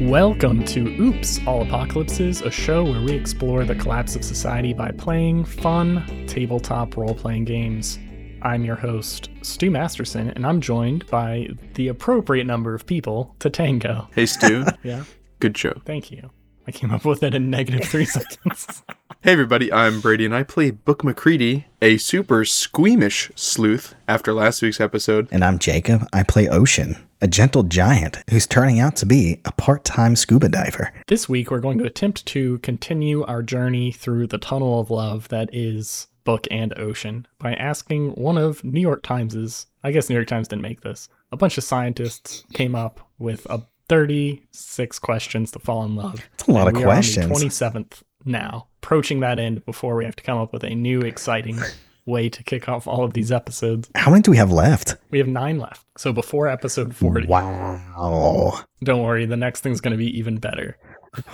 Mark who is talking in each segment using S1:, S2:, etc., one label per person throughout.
S1: Welcome to Oops All Apocalypses, a show where we explore the collapse of society by playing fun tabletop role playing games. I'm your host, Stu Masterson, and I'm joined by the appropriate number of people to tango.
S2: Hey Stu,
S1: Yeah,
S2: good show.
S1: thank you. I came up with it in negative three seconds.
S2: Hey everybody, I'm Brady and I play Book McCready, a super squeamish sleuth after last week's episode.
S3: And I'm Jacob. I play Ocean, a gentle giant who's turning out to be a part time scuba diver.
S1: This week, we're going to attempt to continue our journey through the tunnel of love that is Book and Ocean by asking one of New York Times's, I guess New York Times didn't make this, a bunch of scientists came up with a 36 questions to fall in love.
S3: It's a lot
S1: And
S3: of
S1: we are on the
S3: questions.
S1: 27th now, approaching that end before we have to come up with a new exciting way to kick off all of these episodes.
S3: How many do we have left?
S1: We have nine left. So before episode 40,
S3: Wow.
S1: don't worry, the next thing's going to be even better.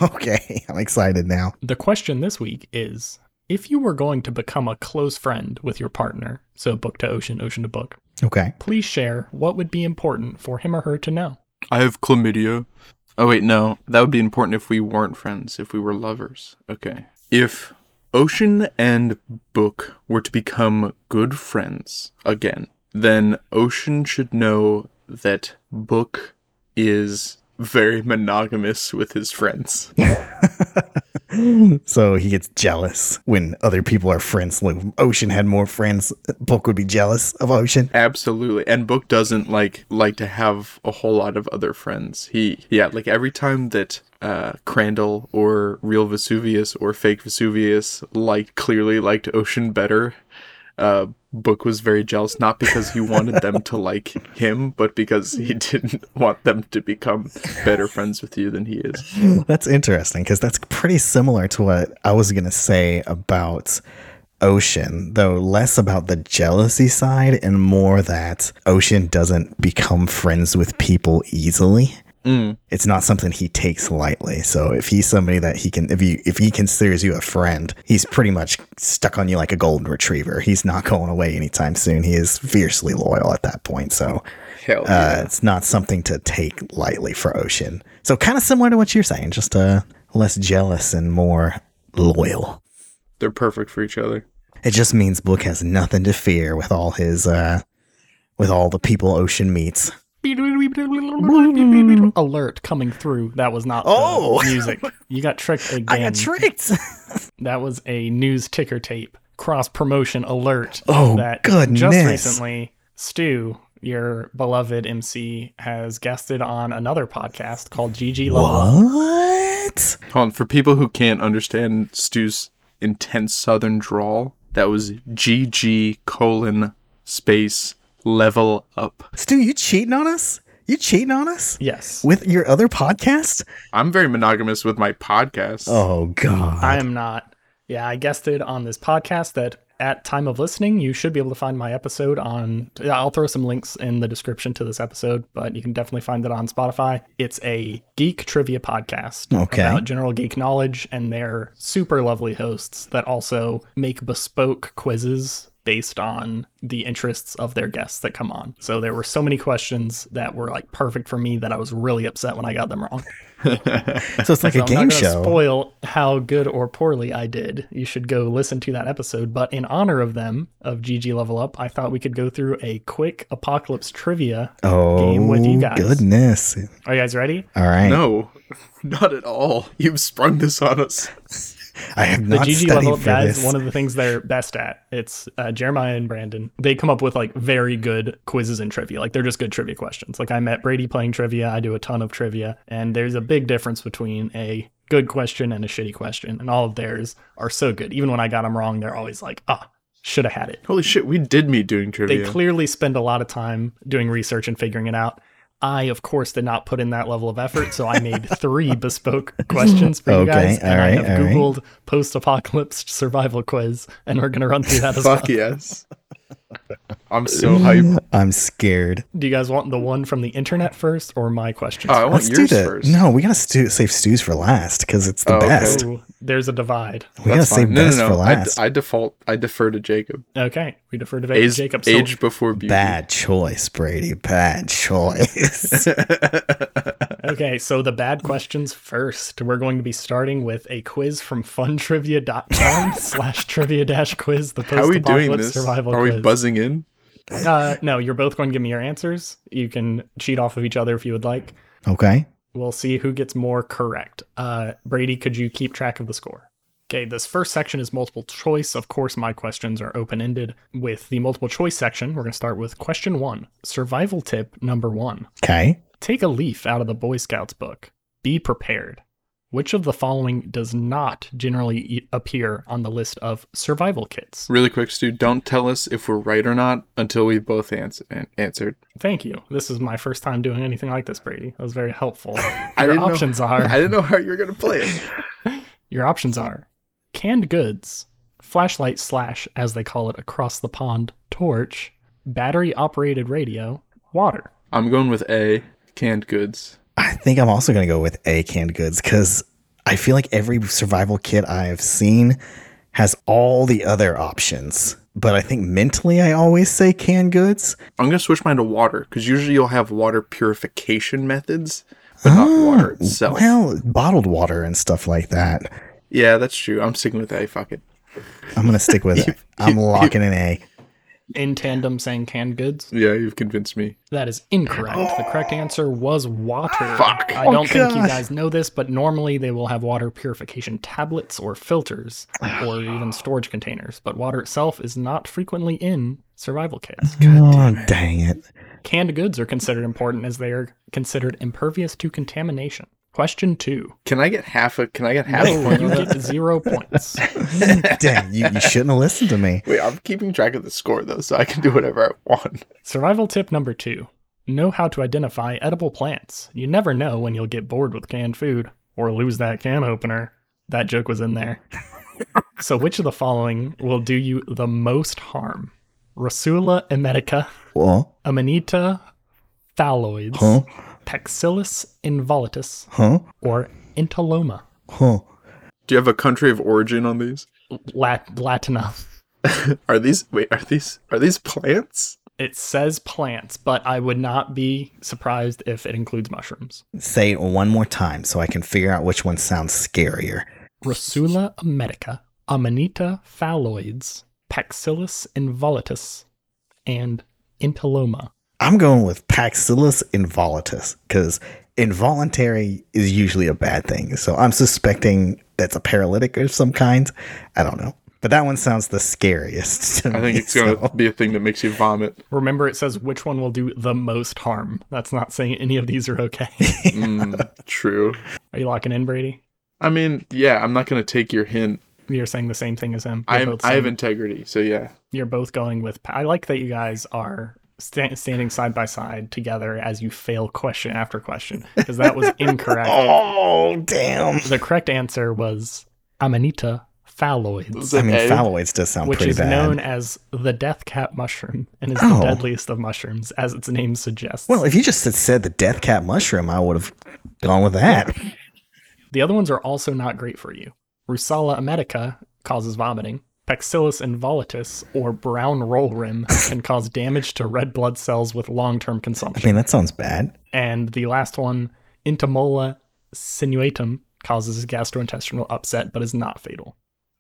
S3: Okay, I'm excited now.
S1: The question this week is if you were going to become a close friend with your partner, so book to ocean, ocean to book,
S3: Okay.
S1: please share what would be important for him or her to know.
S2: I have chlamydia. Oh wait, no. That would be important if we weren't friends, if we were lovers. Okay. If Ocean and Book were to become good friends again, then Ocean should know that Book is very monogamous with his friends.
S3: So he gets jealous when other people are friends. Like Ocean had more friends. Book would be jealous of Ocean.
S2: Absolutely. And Book doesn't like like to have a whole lot of other friends. He yeah, like every time that uh Crandall or real Vesuvius or fake Vesuvius liked clearly liked Ocean better. Uh Book was very jealous not because he wanted them to like him, but because he didn't want them to become better friends with you than he is.
S3: That's interesting because that's pretty similar to what I was going to say about Ocean, though less about the jealousy side and more that Ocean doesn't become friends with people easily.
S2: Mm.
S3: It's not something he takes lightly. So if he's somebody that he can, if you, if he considers you a friend, he's pretty much stuck on you like a golden retriever. He's not going away anytime soon. He is fiercely loyal at that point. So
S2: Hell
S3: uh, it's not something to take lightly for Ocean. So kind of similar to what you're saying, just uh, less jealous and more loyal.
S2: They're perfect for each other.
S3: It just means Book has nothing to fear with all his, uh, with all the people Ocean meets.
S1: Alert coming through. That was not
S3: Oh!
S1: the music. You got tricked again.
S3: I got tricked.
S1: that was a news ticker tape cross promotion alert.
S3: Oh,
S1: that just
S3: goodness.
S1: recently, Stu, your beloved MC, has guested on another podcast called GG Level.
S3: what?
S2: Hold on, for people who can't understand Stu's intense southern drawl, that was GG colon space level up.
S3: Stu, you cheating on us? You cheating on us
S1: Yes.
S3: with your other podcast?
S2: I'm very monogamous with my podcast.
S3: Oh God!
S1: I am not. Yeah, I guested on this podcast that at time of listening, you should be able to find my episode on. yeah, I'll throw some links in the description to this episode, but you can definitely find it on Spotify. It's a geek trivia podcast
S3: Okay.
S1: about general geek knowledge, and they're super lovely hosts that also make bespoke quizzes based on the interests of their guests that come on. So there were so many questions that were like perfect for me that I was really upset when I got them wrong.
S3: so it's like a
S1: So I'm
S3: game
S1: not gonna
S3: show.
S1: Spoil how good or poorly I did. You should go listen to that episode. But in honor of them, of GG Level Up, I thought we could go through a quick apocalypse trivia.
S3: oh
S1: game with you guys.
S3: goodness!
S1: Are you guys ready?
S3: All right.
S2: No, not at all. You've sprung this on us.
S3: I have
S1: The
S3: not
S1: GG
S3: studied
S1: Level Up
S3: for
S1: guys,
S3: this.
S1: one of the things they're best at. It's uh, Jeremiah and Brandon. They come up with like very good quizzes and trivia. Like they're just good trivia questions. Like I met Brady playing trivia. I do a ton of trivia, and there's a big difference between a good question and a shitty question. And all of theirs are so good. Even when I got them wrong, they're always like, ah, should have had it.
S2: Holy shit, we did meet doing
S1: they
S2: trivia.
S1: clearly spend a lot of time doing research and figuring it out. I, of course, did not put in that level of effort, so I made three bespoke questions for you
S3: Okay,
S1: guys,
S3: all
S1: and I
S3: right,
S1: have
S3: all right.
S1: Googled post-apocalypse survival quiz, and we're gonna run through that as well.
S2: Fuck yes. I'm so hyped.
S3: I'm scared.
S1: Do you guys want the one from the internet first, or my questions?
S2: Oh, I want
S3: Let's do
S2: yours
S3: that.
S2: first.
S3: No, we gotta stu- save stews for last because it's the
S2: Oh, okay.
S3: best.
S1: Ooh, there's a divide.
S3: We gotta
S2: That's fine.
S3: save
S2: No,
S3: best
S2: no,
S3: for
S2: no. I,
S3: last.
S2: I default. I defer to Jacob.
S1: Okay, we defer to
S2: Age,
S1: Jacob. So
S2: age before beauty.
S3: Bad choice, Brady. Bad choice.
S1: Okay, so the bad questions first. We're going to be starting with a quiz from funtrivia.com slash trivia dash quiz, the
S2: How are we doing
S1: post-apocalypse
S2: this? Are
S1: survival
S2: we
S1: quiz.
S2: buzzing in?
S1: uh, no, you're both going to give me your answers. You can cheat off of each other if you would like.
S3: Okay.
S1: We'll see who gets more correct. Uh, Brady, could you keep track of the score? Okay, this first section is multiple choice. Of course, my questions are open ended. With the multiple choice section, we're going to start with question one survival tip number one.
S3: Okay.
S1: Take a leaf out of the Boy Scouts book. Be prepared. Which of the following does not generally e- appear on the list of survival kits?
S2: Really quick, Stu, don't tell us if we're right or not until we both ans- an- answered.
S1: Thank you. This is my first time doing anything like this, Brady. That was very helpful.
S2: I
S1: Your
S2: didn't know-
S1: options are
S2: I didn't know how you were going to play it.
S1: Your options are canned goods, flashlight slash, as they call it across the pond, torch, battery operated radio, water.
S2: I'm going with A, canned goods.
S3: I think I'm also going to go with A canned goods because I feel like every survival kit I've seen has all the other options. But I think mentally I always say canned goods.
S2: I'm going to switch mine to water because usually you'll have water purification methods, but not water itself.
S3: Well, bottled water and stuff like that.
S2: yeah, that's true. I'm sticking with A. Fuck it.
S3: I'm going to stick with it. I'm locking an A.
S1: In tandem saying canned goods?
S2: Yeah, you've convinced me.
S1: That is incorrect. The correct answer was water.
S2: Fuck. Oh,
S1: I don't think you
S3: gosh.
S1: guys know this, but normally they will have water purification tablets or filters or even storage containers, but water itself is not frequently in survival kits.
S3: Oh, dang it.
S1: Canned goods are considered important as they are considered impervious to contamination. Question two.
S2: Can I get half a? Can I get half a
S1: No,
S2: point?
S1: you
S2: on that?
S1: get zero points.
S3: Dang, you, you shouldn't have listened to me.
S2: Wait, I'm keeping track of the score though, so I can do whatever I want.
S1: Survival tip number two know how to identify edible plants. You never know when you'll get bored with canned food or lose that can opener. That joke was in there. so, which of the following will do you the most harm? Rasula emetica,
S3: Well,
S1: Amanita phalloids,
S3: huh?
S1: Paxillus involutus,
S3: Huh?
S1: or Entaloma,
S3: Huh?
S2: Do you have a country of origin on these?
S1: Lat- Latina.
S2: Are these wait? Are these are these plants?
S1: It says plants, but I would not be surprised if it includes mushrooms.
S3: Say it one more time so I can figure out which one sounds scarier.
S1: Rasula america, Amanita phalloids, Paxillus involutus, and Intaloma.
S3: I'm going with Paxillus involutus because involuntary is usually a bad thing. So I'm suspecting that's a paralytic of some kind. I don't know. But that one sounds the scariest. To
S2: I think
S3: me,
S2: it's gonna
S3: so-
S2: be a thing that makes you vomit.
S1: Remember, it says which one will do the most harm. That's not saying any of these are okay.
S2: Mm, true.
S1: are you locking in, Brady?
S2: I mean, yeah, I'm not gonna take your hint.
S1: You're saying the same thing as him. You're
S2: I
S1: both
S2: I
S1: saying-
S2: have integrity, so yeah.
S1: You're both going with. I like that you guys are sta standing side by side together as you fail question after question because that was incorrect.
S3: Oh, damn.
S1: The correct answer was Amanita phalloids.
S2: Is
S3: I
S2: it
S3: mean,
S2: A?
S3: phalloids does sound
S1: which
S3: pretty
S1: is
S3: bad.
S1: known as the death cap mushroom and is
S3: Oh.
S1: the deadliest of mushrooms, as its name suggests.
S3: well, if you just had said the death cat mushroom, I would have gone with that.
S1: the other ones are also not great for you. Rusala emetica causes vomiting. Paxillus involutus or brown roll rim can cause damage to red blood cells with long term
S3: I
S1: consumption.
S3: mean, that sounds bad.
S1: And the last one, Intamola sinuatum, causes gastrointestinal upset but is not fatal.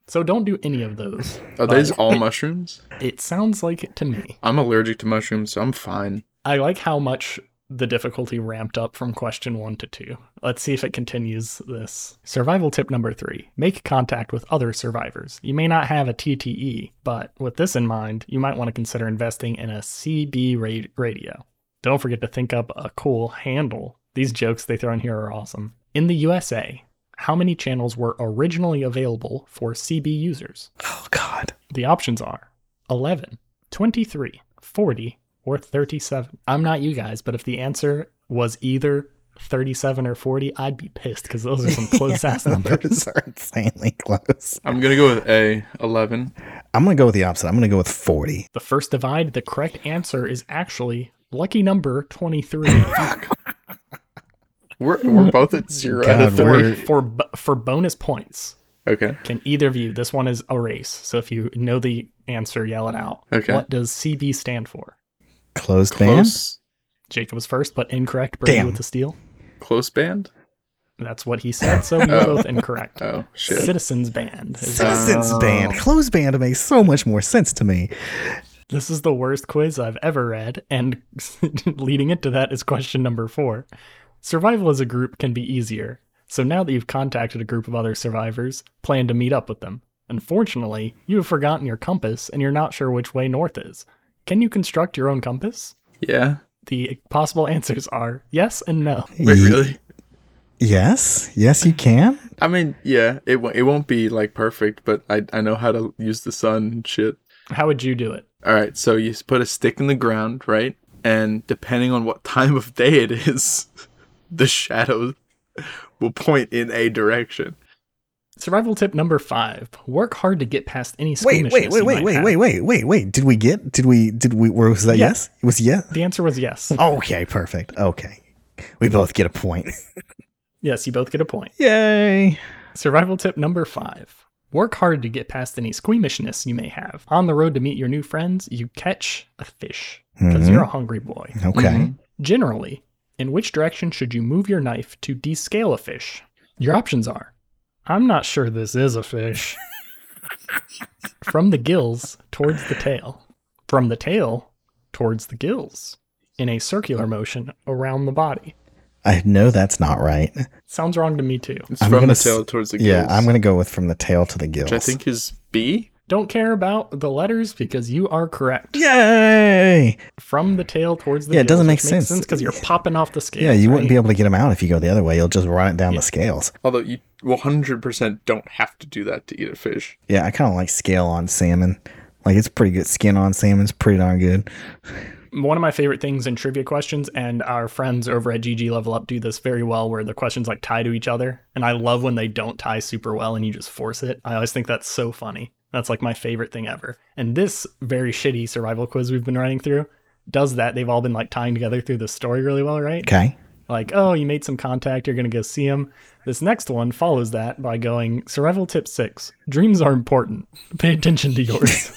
S1: So don't do any of those.
S2: Are these all mushrooms?
S1: It sounds like it to me.
S2: I'm allergic to mushrooms, so I'm fine.
S1: I like how much the difficulty ramped up from question one to two. Let's see if it continues this. Survival tip number three make contact with other survivors. You may not have a TTE, but with this in mind, you might want to consider investing in a CB ra- radio. Don't forget to think up a cool handle. These jokes they throw in here are awesome. In the USA, how many channels were originally available for CB users?
S3: Oh, God.
S1: The options are 11, 23, 40, or 37. I'm not you guys, but if the answer was either 37 or 40, I'd be pissed because those are some close ass numbers.
S3: Those are insanely close.
S2: I'm gonna go with A. Eleven.
S3: I'm going to go with the opposite. I'm going to go with 40.
S1: The first divide, the correct answer is actually lucky number 23.
S2: We're we're both at zero out of
S3: God,
S2: three.
S3: we're-
S1: for, bu- for bonus points,
S2: Okay.
S1: can either of you, this one is a race. So if you know the answer, yell it out.
S2: Okay.
S1: What does CB stand for?
S3: Closed band?
S2: Close.
S1: Jacob was first, but incorrect. Brady
S3: Damn.
S1: with the steal.
S2: Close band?
S1: That's what he said, so we were
S2: Oh.
S1: both incorrect.
S2: Oh, shit.
S1: Citizens Band. is-
S3: Citizens
S2: Oh.
S3: Band. Close Band makes so much more sense to me.
S1: This is the worst quiz I've ever read, and leading into that is question number four. Survival as a group can be easier. So now that you've contacted a group of other survivors, plan to meet up with them. Unfortunately, you have forgotten your compass and you're not sure which way north is. Can you construct your own compass?
S2: Yeah.
S1: The possible answers are yes and no.
S2: Wait,
S3: Ye-
S2: really?
S3: Yes, yes, you can.
S2: I mean, yeah, it w- it won't be like perfect, but I I know how to use the sun and shit.
S1: How would you do it?
S2: All right, so you s- put a stick in the ground, right? And depending on what time of day it is, the shadows will point in a direction.
S1: Survival tip number five work hard to get past any
S3: Wait,
S1: squeamishness.
S3: wait, wait,
S1: you
S3: wait,
S1: might
S3: wait,
S1: have.
S3: wait, wait, wait, wait. Did we get? Did we? Did we? Where was that?
S1: Yeah.
S3: Yes, it was yes.
S1: The answer was yes.
S3: Okay, perfect. Okay, we both get a point.
S1: Yes, you both get a point.
S3: Yay!
S1: Survival tip number five. Work hard to get past any squeamishness you may have. On the road to meet your new friends, you catch a fish because
S3: Mhm.
S1: you're a hungry boy.
S3: Okay.
S2: Mhm.
S1: Generally, in which direction should you move your knife to descale a fish? Your options are I'm not sure this is a fish. From the gills towards the tail. From the tail towards the gills. In a circular motion around the body.
S3: I know that's not right.
S1: Sounds wrong to me too.
S2: It's
S3: I'm
S2: from
S3: gonna
S2: the
S3: s-
S2: tail towards the
S3: Yeah,
S2: gills,
S3: I'm gonna go with from the tail to the gills.
S2: which I think is B.
S1: Don't care about the letters because you are correct.
S3: Yay!
S1: from the tail towards the
S3: Yeah, it doesn't make sense.
S1: because you're popping off the scale.
S3: Yeah, you wouldn't be able to get them out if you go the other way. You'll just run it down the scales.
S2: Although you 100% don't have to do that to eat a fish.
S3: Yeah, I kind of like scale on salmon. Like it's pretty good. Skin on salmon's pretty darn good.
S1: One of my favorite things in trivia questions, and our friends over at GG Level Up do this very well, where the questions like tie to each other, and I love when they don't tie super well and you just force it. I always think that's so funny. That's like my favorite thing ever. And this very shitty survival quiz we've been running through does that. They've all been like tying together through the story really well, right?
S3: Okay.
S1: like oh you made some contact you're going to go see him this next one follows that by going survival tip 6 dreams are important pay attention to yours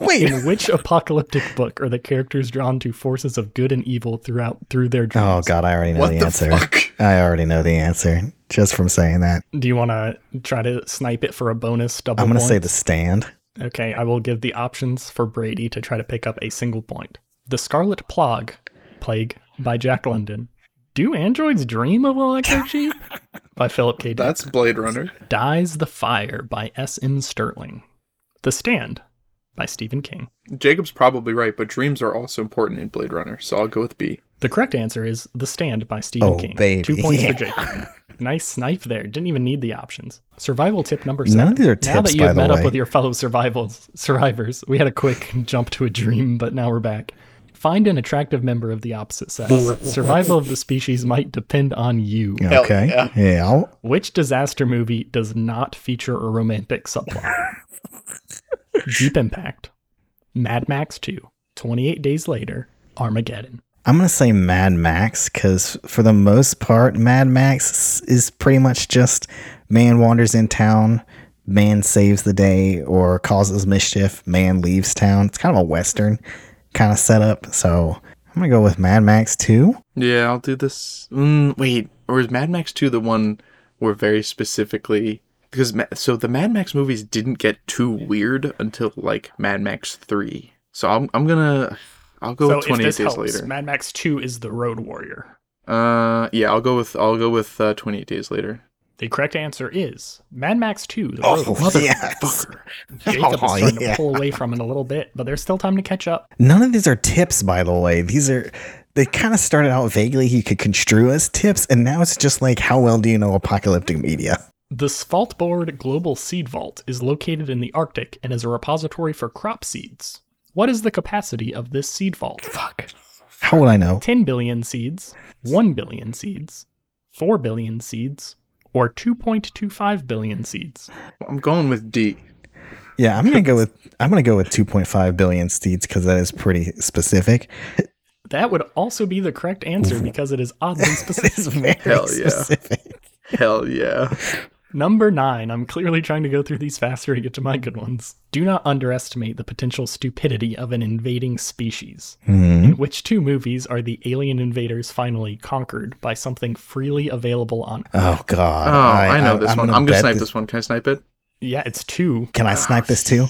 S3: Wait.
S1: in which apocalyptic book are the characters drawn to forces of good and evil throughout through their dreams
S3: Oh god, I already know
S2: What
S3: the,
S2: the
S3: answer.
S2: fuck?
S3: I already know the answer just from saying that.
S1: do you want to try to snipe it for a bonus double
S3: I'm gonna say
S1: point?
S3: the stand.
S1: okay i will give the options for brady to try to pick up a single point the scarlet plague plague by jack london do androids dream of electrocheap by philip k dick
S2: That's Blade Runner.
S1: Dies the Fire by S.M. Sterling. The Stand by Stephen King.
S2: Jacob's probably right, but dreams are also important in Blade Runner, so I'll go with B.
S1: The correct answer is The Stand by Stephen
S3: Oh,
S1: King.
S3: baby.
S1: Two points
S3: Yeah.
S1: for Jacob. Nice snipe there. Didn't even need the options. Survival tip number seven.
S3: None of these are
S1: now that
S3: tips,
S1: you
S3: by
S1: have
S3: the
S1: met
S3: way.
S1: up with your fellow survivals, survivors, we had a quick jump to a dream, but now we're back. Find an attractive member of the opposite sex. Survival of the species might depend on you.
S2: Hell
S3: okay.
S2: yeah.
S3: yeah. I'll-
S1: Which disaster movie does not feature a romantic subplot? Deep Impact, Mad Max 2, 28 Days Later, Armageddon.
S3: I'm gonna say Mad Max because for the most part, Mad Max is pretty much just man wanders in town, man saves the day or causes mischief, man leaves town. It's kind of a western kind of setup, so I'm gonna go with Mad Max 2.
S2: Yeah, I'll do this. Mm, wait, or is Mad Max 2 the one where very specifically. Because Ma- so the Mad Max movies didn't get too weird until like Mad Max 3. So I'm, I'm gonna. I'll go with
S1: so if
S2: 28
S1: this
S2: days
S1: helps,
S2: later.
S1: Mad Max 2 is The Road Warrior.
S2: uh, yeah, I'll go with I'll go with uh, 28 days later.
S1: The correct answer is Mad Max 2, The Road Warrior.
S3: yes.
S1: Jacob is
S3: Oh,
S1: starting
S3: yeah.
S1: to pull away from it a little bit, but there's still time to catch up.
S3: None of these are tips, by the way. These are they kind of started out vaguely. You could construe as tips, and now it's just like, how well do you know apocalyptic media?
S1: The Svalbard Global Seed Vault is located in the Arctic and is a repository for crop seeds. What is the capacity of this seed vault? Fuck.
S3: How would I know?
S1: 10 billion seeds, 1 billion seeds, 4 billion seeds, or 2.25 billion seeds.
S2: I'm going with D.
S3: Yeah, I'm gonna go with I'm gonna go with 2.5 billion seeds because that is pretty specific.
S1: That would also be the correct answer because it is oddly
S3: It
S1: specific.
S3: is very
S2: Hell yeah.
S3: specific.
S2: Hell yeah.
S1: Number nine, I'm clearly trying to go through these faster to get to my good ones. Do not underestimate the potential stupidity of an invading species.
S3: Hmm.
S1: In which two movies are the alien invaders finally conquered by something freely available on?
S3: Oh God!
S2: Oh, I, know this one. I'm gonna
S3: bet
S2: snipe
S3: thi-
S2: this one. Can I snipe it?
S1: Yeah, it's two.
S3: Can I snipe this too?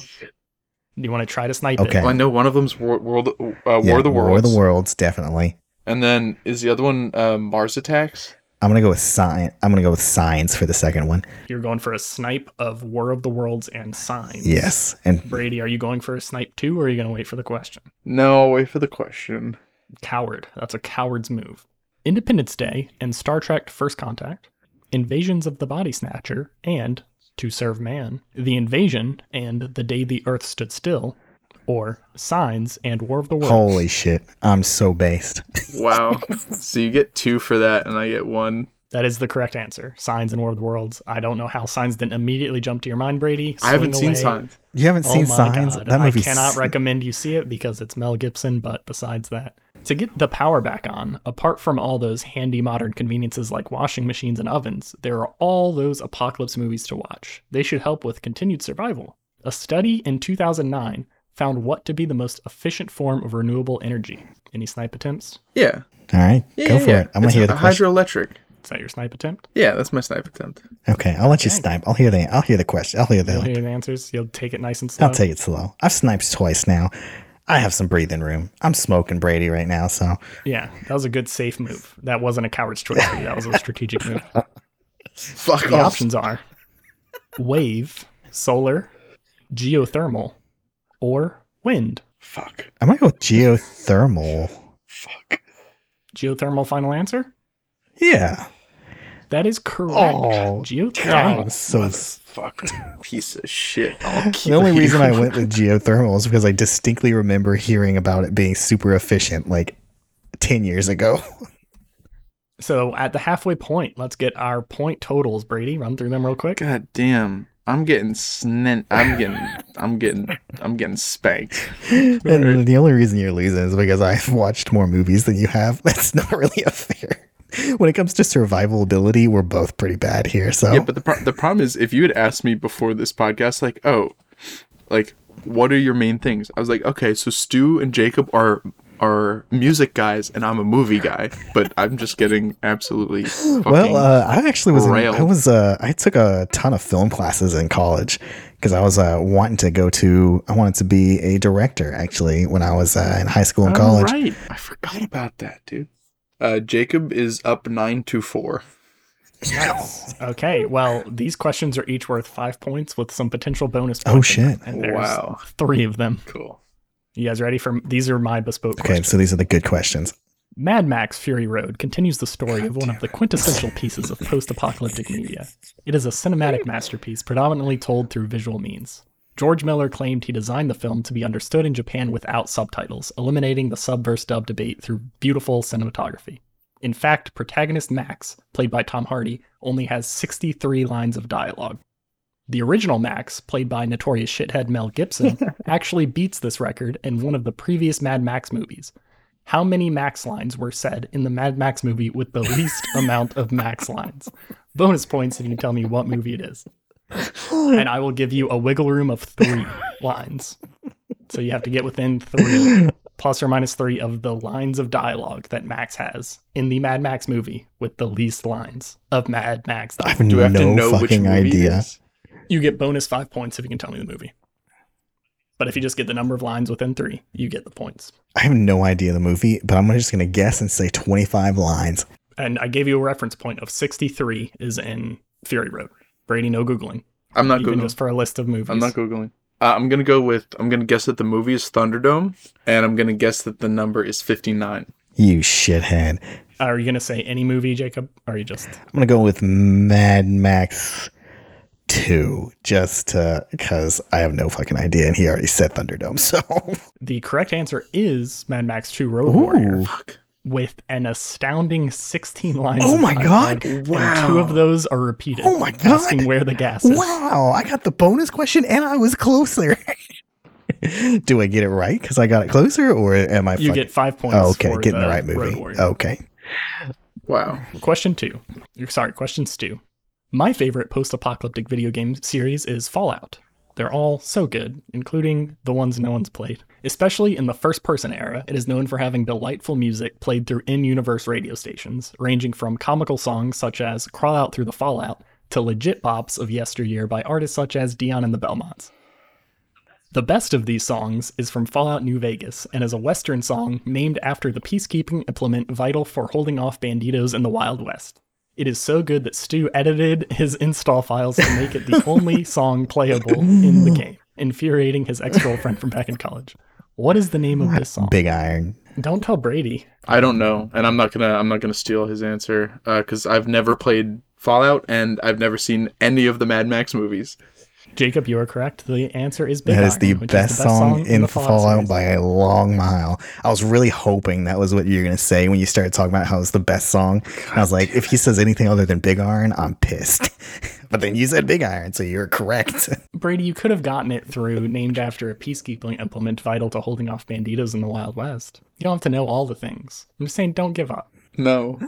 S1: Do you want to try to snipe
S3: Okay.
S1: it?
S2: Well, I know one of them's War, World, uh, War
S3: Yeah,
S2: of the Worlds,
S3: War of the Worlds, definitely.
S2: and then is the other one um, Mars Attacks?
S3: I'm gonna go with science. I'm gonna go with science for the second one.
S1: You're going for a snipe of War of the Worlds and Signs.
S3: Yes, and
S1: Brady, are you going for a snipe too, or are you going to wait for the question?
S2: No, wait for the question.
S1: Coward. That's a coward's move. Independence Day and Star Trek First Contact, Invasions of the Body Snatcher, and To Serve Man, The Invasion and The Day the Earth Stood Still, or Signs and War of the Worlds.
S3: holy shit, I'm so based.
S2: Wow. so you get two for that, and I get one.
S1: That is the correct answer. Signs and War of the Worlds. I don't know how Signs didn't immediately jump to your mind, Brady.
S2: I haven't
S1: Swing
S2: seen
S1: away.
S2: signs.
S3: You haven't
S1: Oh
S3: seen
S1: my
S3: Signs?
S1: God.
S3: That
S1: I
S3: movie
S1: cannot
S3: s-
S1: recommend you see it because it's Mel Gibson, but besides that, to get the power back on, apart from all those handy modern conveniences like washing machines and ovens, there are all those apocalypse movies to watch. They should help with continued survival. A study in 2009 found what to be the most efficient form of renewable energy. Any snipe attempts?
S2: Yeah.
S3: All right,
S2: Yeah,
S3: go
S2: yeah,
S3: for
S2: yeah.
S3: it. I'm gonna
S2: It's
S3: hear
S2: a
S3: the question.
S2: hydroelectric.
S1: Is that your snipe attempt?
S2: Yeah, that's my snipe attempt.
S3: okay, I'll let you snipe. I'll hear the. I'll hear the question. I'll hear
S1: You'll
S3: the.
S1: hear the answers. You'll take it nice and slow.
S3: I'll take it slow. I've sniped twice now. I have some breathing room. I'm smoking Brady right now, so
S1: yeah, that was a good safe move. That wasn't a coward's choice. for you. That was a strategic move.
S2: Fuck
S1: The
S2: off.
S1: options are wave, solar, geothermal, or wind.
S2: Fuck.
S3: I'm gonna go with geothermal.
S2: Fuck.
S1: Geothermal final answer?
S3: Yeah.
S1: That is correct.
S3: Oh,
S1: geothermal.
S3: I'm so
S2: Fucked. Piece of shit. I'll
S3: The only reason I went with geothermal is because I distinctly remember hearing about it being super efficient like 10 years ago.
S1: So at the halfway point, let's get our point totals, Brady. Run through them real quick.
S2: God damn. I'm getting snent. I'm getting. I'm getting. I'm getting spanked.
S3: and the only reason you're losing is because I've watched more movies than you have. That's not really a fair. When it comes to survivability, we're both pretty bad here. So,
S2: Yeah, but the pro- the problem is, if you had asked me before this podcast, like, oh, like, what are your main things? I was like, okay, so Stu and Jacob are are music guys, and I'm a movie guy. But I'm just getting absolutely fucking.
S3: well, uh, I actually was in,
S2: railed.
S3: I was uh, I took a ton of film classes in college because I was uh, wanting to go to I wanted to be a director actually when I was uh, in high school and
S2: Oh,
S3: college.
S2: right. I forgot about that, dude. Uh, Jacob is up nine to four.
S1: Okay, well, these questions are each worth five points with some potential bonus points.
S3: Oh,
S1: in them,
S3: shit.
S1: And there's
S2: Wow.
S1: three of them.
S2: Cool.
S1: You guys ready for these are my bespoke questions.
S3: Okay, so these are the good questions.
S1: Mad Max Fury Road continues the story of one of the quintessential pieces of post apocalyptic media. It is a cinematic masterpiece predominantly told through visual means. George Miller claimed he designed the film to be understood in Japan without subtitles, eliminating the sub versus dub debate through beautiful cinematography. In fact, protagonist Max, played by Tom Hardy, only has 63 lines of dialogue. The original Max, played by notorious shithead Mel Gibson, actually beats this record in one of the previous Mad Max movies. How many Max lines were said in the Mad Max movie with the least amount of Max lines? Bonus points if you tell me what movie it is. And I will give you a wiggle room of three lines. So you have to get within three, plus or minus three, of the lines of dialogue that Max has in the Mad Max movie with the least lines of Mad Max.
S3: I have
S2: Do we have to
S3: no
S2: know which
S3: fucking
S2: movie it
S3: idea.
S2: is?
S1: You get bonus five points if you can tell me the movie. But if you just get the number of lines within three, you get the points.
S3: I have no idea the movie, but I'm just gonna guess and say 25 lines.
S1: And I gave you a reference point of 63 is in Fury Road. Brady, no Googling.
S2: I'm not
S1: even
S2: googling.
S1: just for a list of movies.
S2: I'm not googling. Uh, I'm gonna go with. I'm gonna guess that the movie is Thunderdome, and I'm gonna guess that the number is 59.
S3: You shithead.
S1: Are you going to say any movie, Jacob? Or are you just.
S3: I'm gonna go with Mad Max 2, just because I have no fucking idea, and he already said Thunderdome. So
S1: The correct answer is Mad Max 2 Road Warrior
S2: Fuck.
S1: with an astounding 16 lines.
S3: Oh
S1: of
S3: my
S1: dialogue,
S3: God.
S1: and
S2: Wow.
S1: two of those are repeated.
S3: Oh my
S1: Asking
S3: God.
S1: where the gas is.
S3: wow, I got the bonus question, and I was closer. Do I get it right because I got it closer, or am I?
S1: You
S3: fucking-
S1: get five points.
S3: oh, okay,
S1: for
S3: getting the,
S1: the
S3: right
S1: Road
S3: movie.
S1: Warrior.
S3: Okay,
S2: Wow.
S1: Question two. Sorry, question two. My favorite post apocalyptic video game series is Fallout. They're all so good, including the ones no one's played. Especially in the first person era, it is known for having delightful music played through in universe radio stations, ranging from comical songs such as Crawl Out Through the Fallout to legit bops of yesteryear by artists such as Dion and the Belmonts. The best of these songs is from Fallout New Vegas and is a Western song named after the peacekeeping implement vital for holding off banditos in the Wild West. It is so good that Stu edited his install files to make it the only song playable in the game, infuriating his ex girlfriend from back in college. What is the name of this song?
S3: Big Iron.
S1: Don't tell Brady.
S2: I don't know, and I'm not gonna I'm not gonna steal his answer because I've never played Fallout and I've never seen any of the Mad Max movies.
S1: Jacob, you are correct. The answer is Big
S3: That is
S1: Iron,
S3: the
S1: which
S3: best song in Fallout
S1: series.
S3: by a long mile. I was really hoping that was what you were going to say when you started talking about how it's the best song. And I was like, if he says anything other than Big Iron, I'm pissed. but then you said Big Iron, so you're correct.
S1: Brady, you could have gotten it through named after a peacekeeping implement vital to holding off banditos in the Wild West. You don't have to know all the things. I'm just saying, don't give up.
S2: No,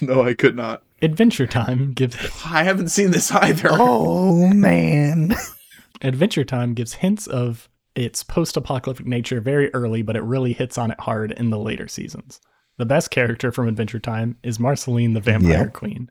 S2: no, I could not.
S1: Adventure Time gives
S2: I haven't seen this either.
S3: oh, man.
S1: Adventure Time gives hints of its post-apocalyptic nature very early, but it really hits on it hard in the later seasons. The best character from Adventure Time is Marceline the Vampire
S3: Yeah.
S1: Queen.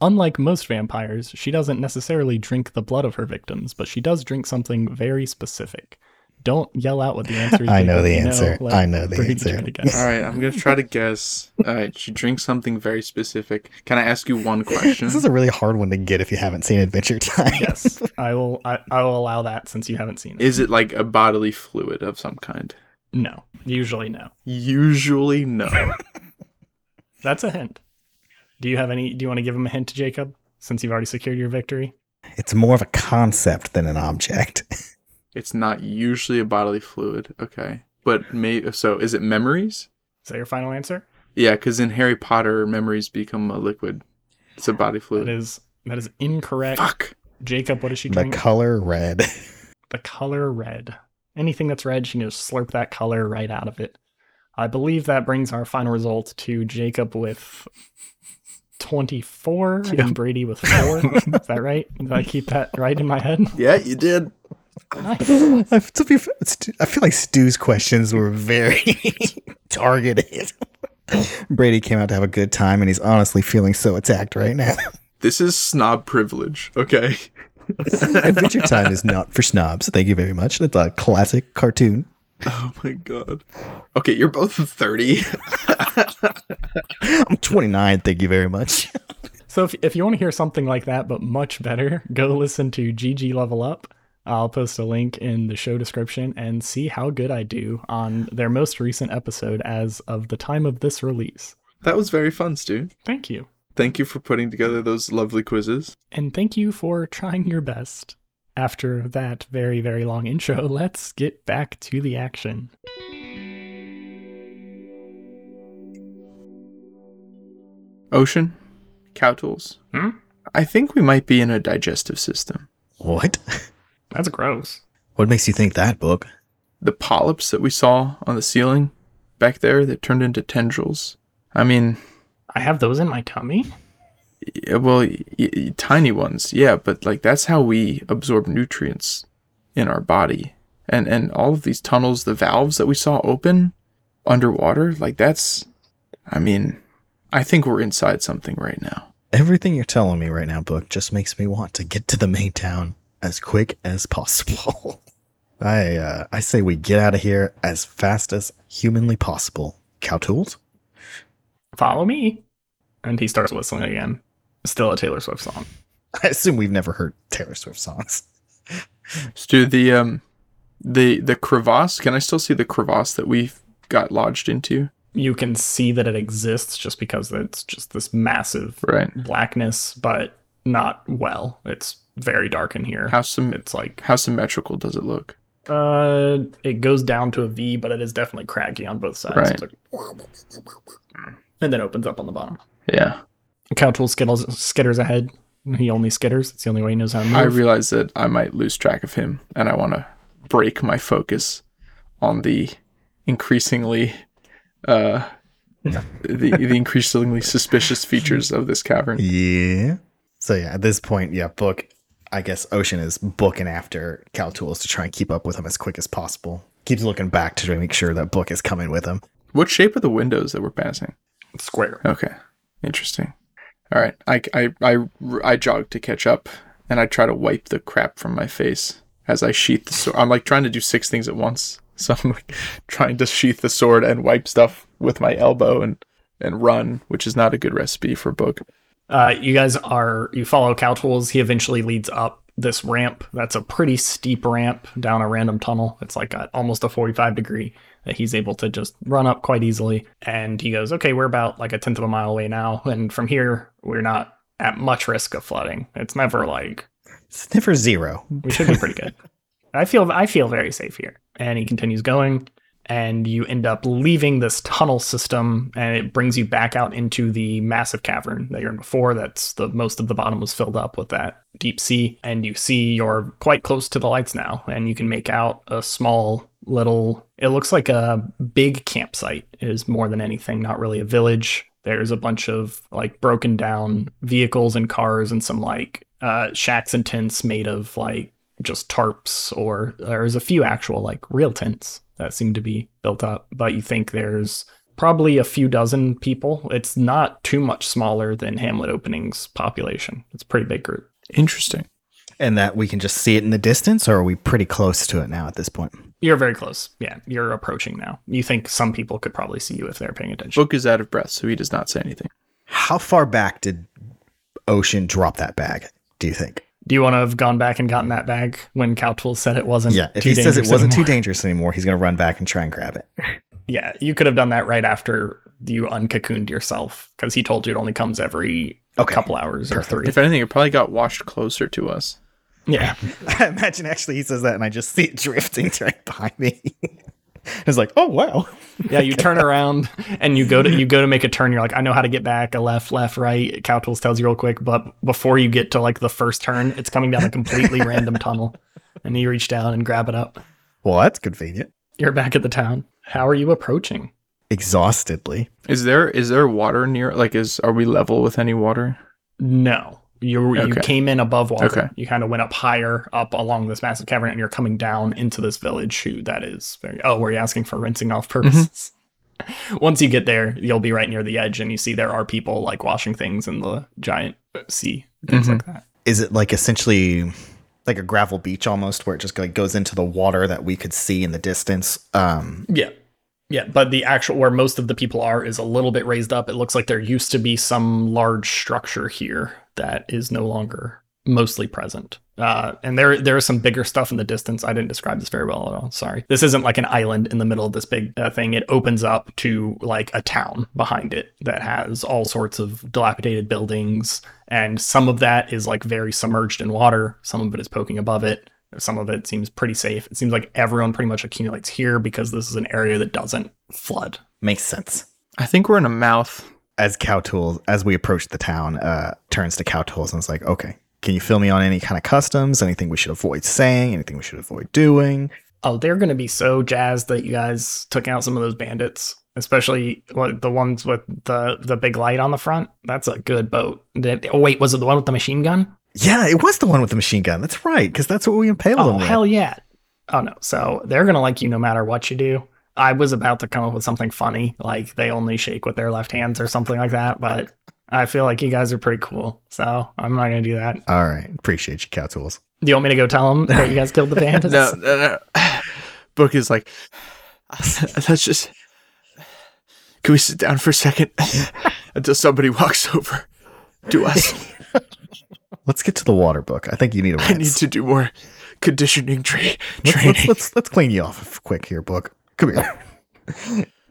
S1: Unlike most vampires, she doesn't necessarily drink the blood of her victims, but she does drink something very specific. Don't yell out what the answer is.
S3: I know
S1: because
S3: the
S1: you
S3: answer.
S1: let
S3: I know the
S1: Brady
S3: answer.
S1: try to guess.
S2: All right, I'm gonna try to guess. All right, she drinks something very specific. Can I ask you one question?
S3: This is a really hard one to get if you haven't seen Adventure Time.
S1: yes, I will. I, I will allow that since you haven't seen it.
S2: Is it like a bodily fluid of some kind?
S1: No, usually no.
S2: Usually, no.
S1: That's a hint. Do you have any? Do you want to give him a hint, Jacob? Since you've already secured your victory.
S3: It's more of a concept than an object.
S2: it's not usually a bodily fluid. Okay, but may so is it memories?
S1: Is that your final answer?
S2: Yeah, because in Harry Potter, memories become a liquid. It's a body
S1: That
S2: fluid.
S1: is that is incorrect.
S2: Fuck.
S1: Jacob, what does she
S3: the
S1: drink?
S3: color red.
S1: the color red. Anything that's red, she can just slurp that color right out of it. I believe that brings our final result to Jacob with twenty-four and Brady with four. is that right? Did I keep that right in my head?
S2: Yeah, you did.
S1: Nice.
S3: I to be fair, Stu- I feel like Stu's questions were very targeted. Brady came out to have a good time, and he's honestly feeling so attacked right now.
S2: This is snob privilege. Okay.
S3: Adventure Time is not for snobs. Thank you very much. That's a classic cartoon.
S2: Oh my god. Okay, you're both 30.
S3: I'm 29. Thank you very much.
S1: So if, if you want to hear something like that, but much better, go listen to GG Level Up. I'll post a link in the show description and see how good I do on their most recent episode as of the time of this release.
S2: That was very fun, Stu.
S1: Thank you.
S2: Thank you for putting together those lovely quizzes.
S1: And thank you for trying your best. After that very, very long intro, let's get back to the action.
S2: Ocean, cow tools.
S1: Hmm?
S2: I think we might be in a digestive system.
S3: What?
S1: That's gross.
S3: What makes you think that, Book?
S2: The polyps that we saw on the ceiling back there that turned into tendrils. I mean,
S1: I have those in my tummy.
S2: Yeah, well, y- y- tiny ones, yeah, but like that's how we absorb nutrients in our body, and and all of these tunnels, the valves that we saw open underwater, like that's, I mean, I think we're inside something right now.
S3: Everything you're telling me right now, Book, just makes me want to get to the main town as quick as possible. I uh, I say we get out of here as fast as humanly possible. Cow tools?
S1: Follow me. And he starts whistling again. Still a Taylor Swift song.
S3: I assume we've never heard Taylor Swift songs.
S2: Stu, the um, the the crevasse. Can I still see the crevasse that we got lodged into?
S1: you can see that it exists just because it's just this massive
S2: Right.
S1: blackness, but not well. It's very dark in here.
S2: How sym-
S1: It's like
S2: how symmetrical does it look?
S1: uh, it goes down to a V, but it is definitely craggy on both sides.
S2: Right.
S1: It's like, and then opens up on the bottom.
S2: Yeah.
S1: Cowtool skittles skitters ahead. He only skitters. It's the only way he knows how to move.
S2: I realize that I might lose track of him, and I want to break my focus on the increasingly, uh, the the increasingly suspicious features of this cavern.
S3: Yeah. So yeah, at this point, yeah, book. I guess Ocean is booking after Caltools to try and keep up with him as quick as possible. Keeps looking back to try to make sure that Book is coming with him.
S2: What shape are the windows that we're passing?
S1: Square.
S2: Okay, interesting. All right, I, I, I, I jog to catch up, and I try to wipe the crap from my face as I sheath the sword. I'm like trying to do six things at once, so I'm like trying to sheath the sword and wipe stuff with my elbow and and run, which is not a good recipe for book.
S1: Uh, you guys are you follow Cowtools. He eventually leads up this ramp. That's a pretty steep ramp down a random tunnel. It's like a, almost a 45 degree that he's able to just run up quite easily. And he goes, "Okay, we're about like a tenth of a mile away now, and from here we're not at much risk of flooding. It's never like
S3: Sniffer zero.
S1: we should be pretty good. I feel I feel very safe here. And he continues going, and you end up leaving this tunnel system, and it brings you back out into the massive cavern that you're in before. That's the most of the bottom was filled up with that deep sea, and you see you're quite close to the lights now, and you can make out a small little. It looks like a big campsite is more than anything, not really a village. There's a bunch of like broken down vehicles and cars and some like uh, shacks and tents made of like just tarps or there's a few actual like real tents that seem to be built up but you think there's probably a few dozen people it's not too much smaller than hamlet opening's population it's a pretty big group
S2: Interesting.
S3: And that we can just see it in the distance, or are we pretty close to it now at this point?
S1: you're very close yeah you're approaching now you think some people could probably see you if they're paying attention
S2: Book is out of breath, so he does not say anything.
S3: How far back did Ocean drop that bag? Do you think?
S1: do you want to have gone back and gotten that bag when Cowtool said it wasn't
S3: Yeah, if
S1: too
S3: he says it
S1: dangerous
S3: wasn't
S1: anymore?
S3: too dangerous anymore, he's gonna run back and try and grab it.
S1: yeah you could have done that right after you uncocooned yourself because he told you it only comes every
S3: Okay.
S1: couple hours or three
S2: If anything, it probably got washed closer to us.
S1: yeah
S3: I imagine actually he says that, and I just see it drifting right behind me. it's like, oh wow,
S1: Yeah, you turn around and you go to you go to make a turn. You're like, I know how to get back. A left, left, right. Cowtools tells you real quick, but before you get to like the first turn, it's coming down a completely random tunnel, and you reach down and grab it up.
S3: well that's convenient.
S1: You're back at the town. How are you approaching?
S3: Exhaustedly,
S2: Is there is there water near? Like, is are we level with any water?
S1: No, you you
S2: Okay.
S1: came in above water.
S2: Okay.
S1: You kind of went up higher up along this massive cavern, and you're coming down into this village. Who that is? Very, oh, were you asking for rinsing off
S2: Mm-hmm.
S1: purposes? Once you get there, you'll be right near the edge, and you see there are people like washing things in the giant sea, things like
S2: Mm-hmm.
S1: that.
S3: is it like essentially like a gravel beach almost, where it just like goes into the water that we could see in the distance? Um,
S1: Yeah. Yeah, but the actual where most of the people are is a little bit raised up. It looks like there used to be some large structure here that is no longer mostly present. Uh, and there there is some bigger stuff in the distance. I didn't describe this very well at all. Sorry. This isn't like an island in the middle of this big uh, thing. It opens up to like a town behind it that has all sorts of dilapidated buildings, and some of that is like very submerged in water. Some of it is poking above it. Some of it seems pretty safe. It seems like everyone pretty much accumulates here because this is an area that doesn't flood.
S3: makes sense.
S2: I think we're in a mouth.
S3: As Cowtools, as we approach the town, uh, turns to Cowtools and is like, okay, can you fill me on any kind of customs? Anything we should avoid saying? Anything we should avoid doing?
S1: Oh, they're going to be so jazzed that you guys took out some of those bandits, especially what, the ones with the, the big light on the front. That's a good boat. That- oh, wait, was it the one with the machine gun?
S3: Yeah, it was the one with the machine gun. That's right, because that's what we impaled
S1: Oh,
S3: them with.
S1: hell yeah. Oh, no. So they're going to like you no matter what you do. I was about to come up with something funny, like they only shake with their left hands or something like that, but I feel like you guys are pretty cool. So I'm not going to do that.
S3: All right, appreciate you, Cowtools.
S1: Do you want me to go tell them that you guys killed the bandits?
S2: No, no, no. Book is like, let's just. Can we sit down for a second until somebody walks over to us?
S3: Let's get to the water book. I think you need a
S2: I need
S3: rinse.
S2: to do more conditioning tra-
S3: Let's,
S2: training.
S3: let's, let's, let's clean you off quick here, book. Come here.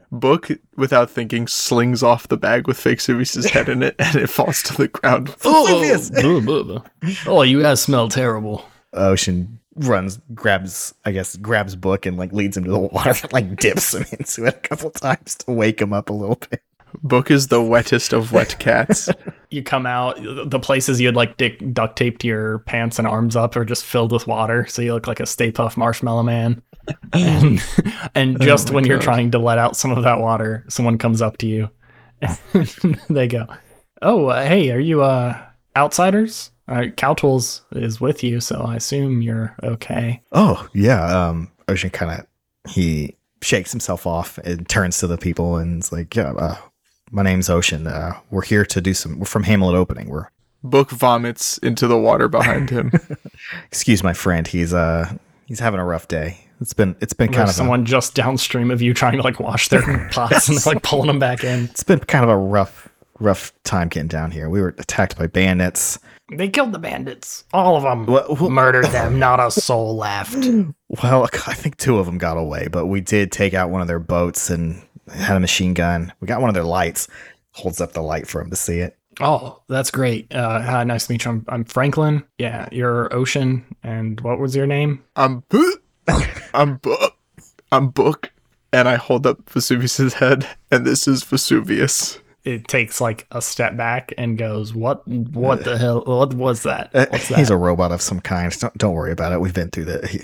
S2: Book, without thinking, slings off the bag with fake Suvius' head in it, and it falls to the ground.
S3: Vesuvius!
S1: oh, you guys smell terrible.
S3: Ocean runs, grabs, I guess, grabs book and like leads him to the water, like dips him into it a couple times to wake him up a little bit.
S2: Book is the wettest of wet cats.
S1: You come out, the places you had like dick, duct taped your pants and arms up are just filled with water, so you look like a Stay Puff Marshmallow Man. And, and just
S2: Oh my
S1: when you're
S2: God.
S1: trying to let out some of that water, someone comes up to you. they go, "Oh, uh, hey, are you uh Outsiders. Uh, Cowtools is with you, so I assume you're okay.
S3: Oh, yeah. Um, Ocean kind of he shakes himself off and turns to the people and is like, "Yeah, uh, my name's Ocean. Uh, we're here to do some. We're from Hamlet opening. We're
S2: Book vomits into the water behind him.
S3: excuse my friend. He's uh he's having a rough day. It's been it's been kind
S1: There's
S3: of a-
S1: someone just downstream of you trying to like wash their pots and they're like pulling them back in.
S3: it's been kind of a rough rough time getting down here. We were attacked by bandits.
S1: They killed the bandits, all of them.
S3: Well, well,
S1: Murdered them, not a soul left.
S3: well, I think two of them got away, but we did take out one of their boats and had a machine gun. We got one of their lights. Holds up the light for him to see it.
S1: Oh, that's great. Uh, hi, nice to meet you. I'm, I'm Franklin. Yeah, you're Ocean. And what was your name?
S2: I'm book. I'm book. I'm book. And I hold up Vesuvius's head, and this is Vesuvius.
S1: It takes like a step back and goes, "What? What the hell? What was that?
S3: Uh,
S1: What's that?"
S3: he's a robot of some kind. Don't, don't worry about it. We've been through that. He-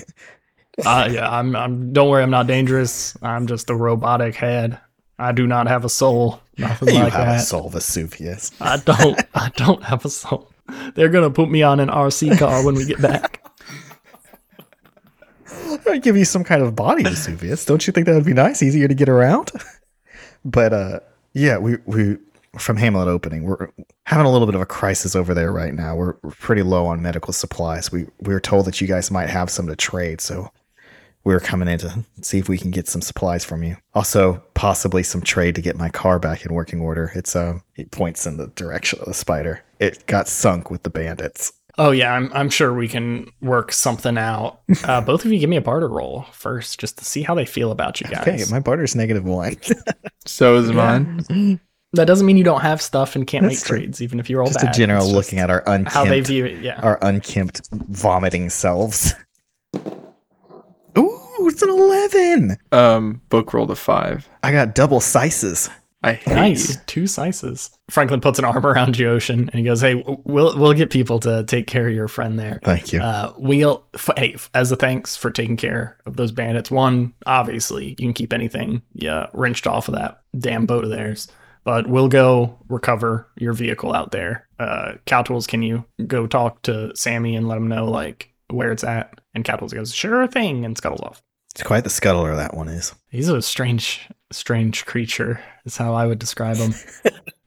S1: uh, yeah, I'm. I'm. Don't worry, I'm not dangerous. I'm just a robotic head. I do not have a soul. Nothing
S3: you
S1: like
S3: have
S1: that.
S3: a soul, Vesuvius.
S1: I don't. I don't have a soul. They're gonna put me on an RC car when we get back.
S3: I'd give you some kind of body, Vesuvius. Don't you think that would be nice, easier to get around? but uh, yeah, we we from Hamlet opening, we're having a little bit of a crisis over there right now. We're, we're pretty low on medical supplies. We we were told that you guys might have some to trade, so we were coming in to see if we can get some supplies from you. Also, possibly some trade to get my car back in working order. It's um, it points in the direction of the spider. It got sunk with the bandits.
S1: Oh yeah, I'm. I'm sure we can work something out. Uh, both of you, give me a barter roll first, just to see how they feel about you guys.
S3: Okay, my barter's negative one.
S2: So is mine.
S1: That doesn't mean you don't have stuff and can't
S3: That's
S1: make
S3: true.
S1: trades, even if you roll
S3: Just
S1: bad.
S3: a general
S1: It's just
S3: looking at our unkempt.
S1: how they view it. Yeah.
S3: our unkempt vomiting selves. Ooh, it's an eleven.
S2: Um, book rolled a five.
S3: I got double sizes.
S2: I hate
S1: Nice, two sizes. Franklin puts an arm around you, Ocean, and he goes, "Hey, w- we'll we'll get people to take care of your friend there.
S3: Thank you.
S1: Uh, we'll f- hey, f- as a thanks for taking care of those bandits. One, obviously, you can keep anything yeah wrenched off of that damn boat of theirs. But we'll go recover your vehicle out there. Uh, Cowtools, can you go talk to Sammy and let him know like where it's at? And Cowtools goes, "Sure thing," and scuttles off.
S3: it's quite the scuttler that one is.
S1: He's a strange, strange creature. Is how I would describe him.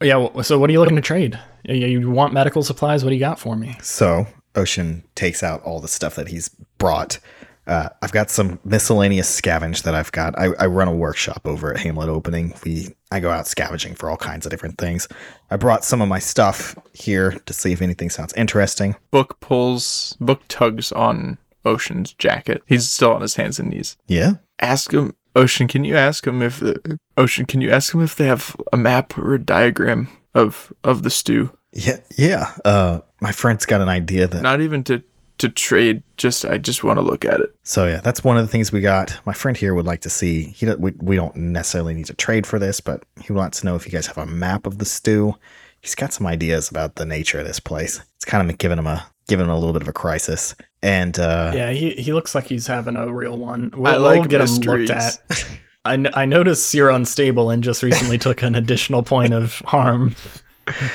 S1: yeah. wh- So, what are you looking to trade? You- You want medical supplies? What do you got for me?
S3: So Ocean takes out all the stuff that he's brought. Uh, I've got some miscellaneous scavenge that I've got. I, I run a workshop over at Hamlet Opening. We I go out scavenging for all kinds of different things. I brought some of my stuff here to see if anything sounds interesting.
S2: book pulls book tugs on ocean's jacket he's still on his hands and knees
S3: Yeah.
S2: ask him ocean can you ask him if the ocean can you ask him if they have a map or a diagram of of the stew
S3: Yeah. Yeah. Uh, my friend's got an idea that
S2: not even to to trade just i just want to look at it
S3: So yeah, that's one of the things we got. My friend here would like to see. He don't- we, we don't necessarily need to trade for this, but he wants to know if you guys have a map of the stew. He's got some ideas about the nature of this place. It's kind of giving him a giving him a little bit of a crisis. And uh,
S1: Yeah, he, he looks like he's having a real one. We'll,
S2: I like
S1: we'll get
S2: mysteries.
S1: him looked at. I, n- I noticed you're unstable and just recently took an additional point of harm.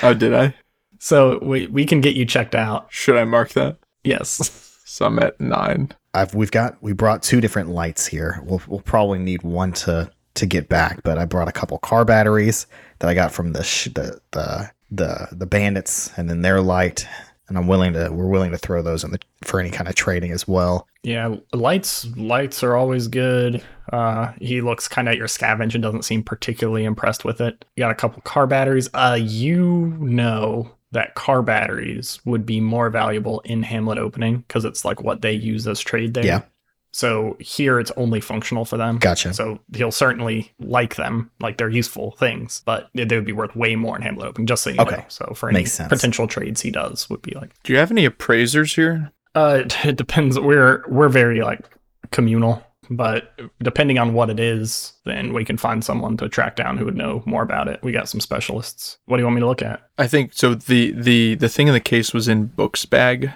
S2: oh did i
S1: So we, we can get you checked out.
S2: should i mark that
S1: Yes.
S2: so i'm at nine
S3: I've we've got we brought two different lights here. We'll we'll probably need one to to get back, but I brought a couple car batteries that I got from the sh- the the the the bandits, and then their light. And I'm willing to we're willing to throw those in the for any kind of trading as well.
S1: Yeah, lights lights are always good. Uh, he looks kind of at your scavenge and doesn't seem particularly impressed with it. You got a couple car batteries. Uh, you know that car batteries would be more valuable in Hamlet opening because it's like what they use as trade there.
S3: Yeah.
S1: So here it's only functional for them.
S3: Gotcha.
S1: So he'll certainly like them, like they're useful things, but they they would be worth way more in Hamlet Open, just so you
S3: Okay.
S1: know. So for any
S3: Makes sense.
S1: potential trades he does would be like
S2: do you have any appraisers here
S1: uh it, it depends. We're we're very like communal, but depending on what it is, then we can find someone to track down who would know more about it. We got some specialists. What do you want me to look at?
S2: i think so the the the thing in the case was in book's bag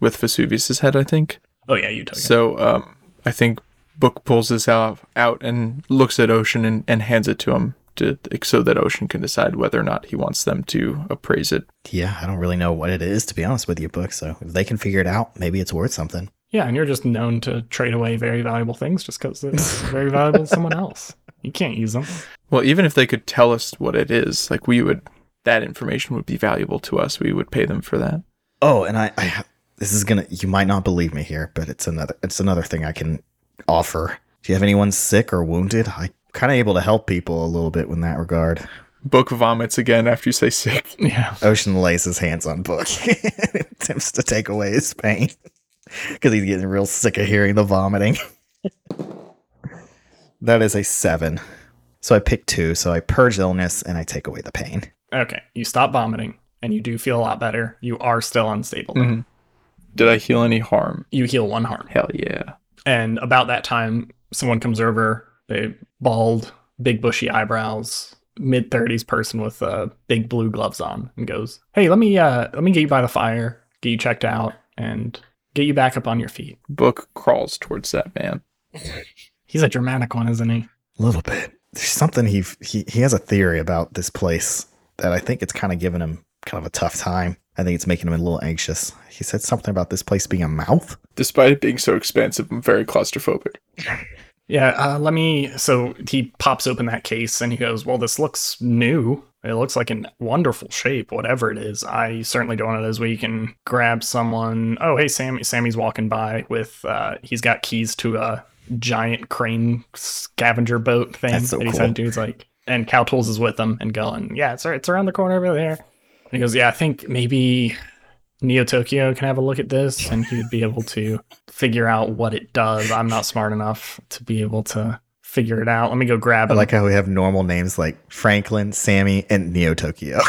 S2: with vesuvius's head i think
S1: Oh yeah, you took it.
S2: So um, I think Book pulls this out, out and looks at Ocean and, and hands it to him. to so that Ocean can decide whether or not he wants them to appraise it.
S3: Yeah, I don't really know what it is to be honest with you, book. So if they can figure it out, maybe it's worth something.
S1: Yeah, and you're just known to trade away very valuable things just because it's very valuable to someone else. You can't use them.
S2: Well, even if they could tell us what it is, like we would, that information would be valuable to us. We would pay them for that.
S3: Oh, and I, I ha- this is gonna you might not believe me here, but it's another it's another thing I can offer. Do you have anyone sick or wounded? I kind of able to help people a little bit in that regard.
S2: Book vomits again after you say sick.
S1: Yeah.
S3: Ocean lays his hands on Book, and attempts to take away his pain because he's getting real sick of hearing the vomiting. that is a seven. So I pick two. So I purge illness and I take away the pain.
S1: Okay. You stop vomiting and you do feel a lot better. You are still unstable. though.
S2: Did I heal any harm?
S1: You heal one harm.
S2: Hell yeah.
S1: And about that time, someone comes over, they bald, big bushy eyebrows, mid thirties person with uh, big blue gloves on, and goes, "Hey, let me uh, let me get you by the fire, get you checked out, and get you back up on your feet."
S2: Book crawls towards that man.
S1: He's a dramatic one, isn't he?
S3: A little bit. There's something he he he has a theory about this place that I think it's kind of giving him kind of a tough time. I think it's making him a little anxious. He said something about this place being a mouth.
S2: Despite it being so expansive, I'm very claustrophobic.
S1: Yeah. Uh, let me. So he pops open that case and he goes, "Well, this looks new." It looks like in wonderful shape, whatever it is. I certainly don't know those where you can grab someone. Oh, hey, Sammy. Sammy's walking by with, uh, he's got keys to a giant crane scavenger boat thing.
S3: That's so
S1: that he
S3: cool.
S1: sent to. He's like, and Cow Tools is with them and going, yeah, it's, it's around the corner over there. And he goes, yeah, I think maybe Neo Tokyo can have a look at this and he would be able to figure out what it does. I'm not smart enough to be able to figure it out. Let me go grab
S3: I
S1: it.
S3: like how we have normal names like Franklin, Sammy, and Neo Tokyo.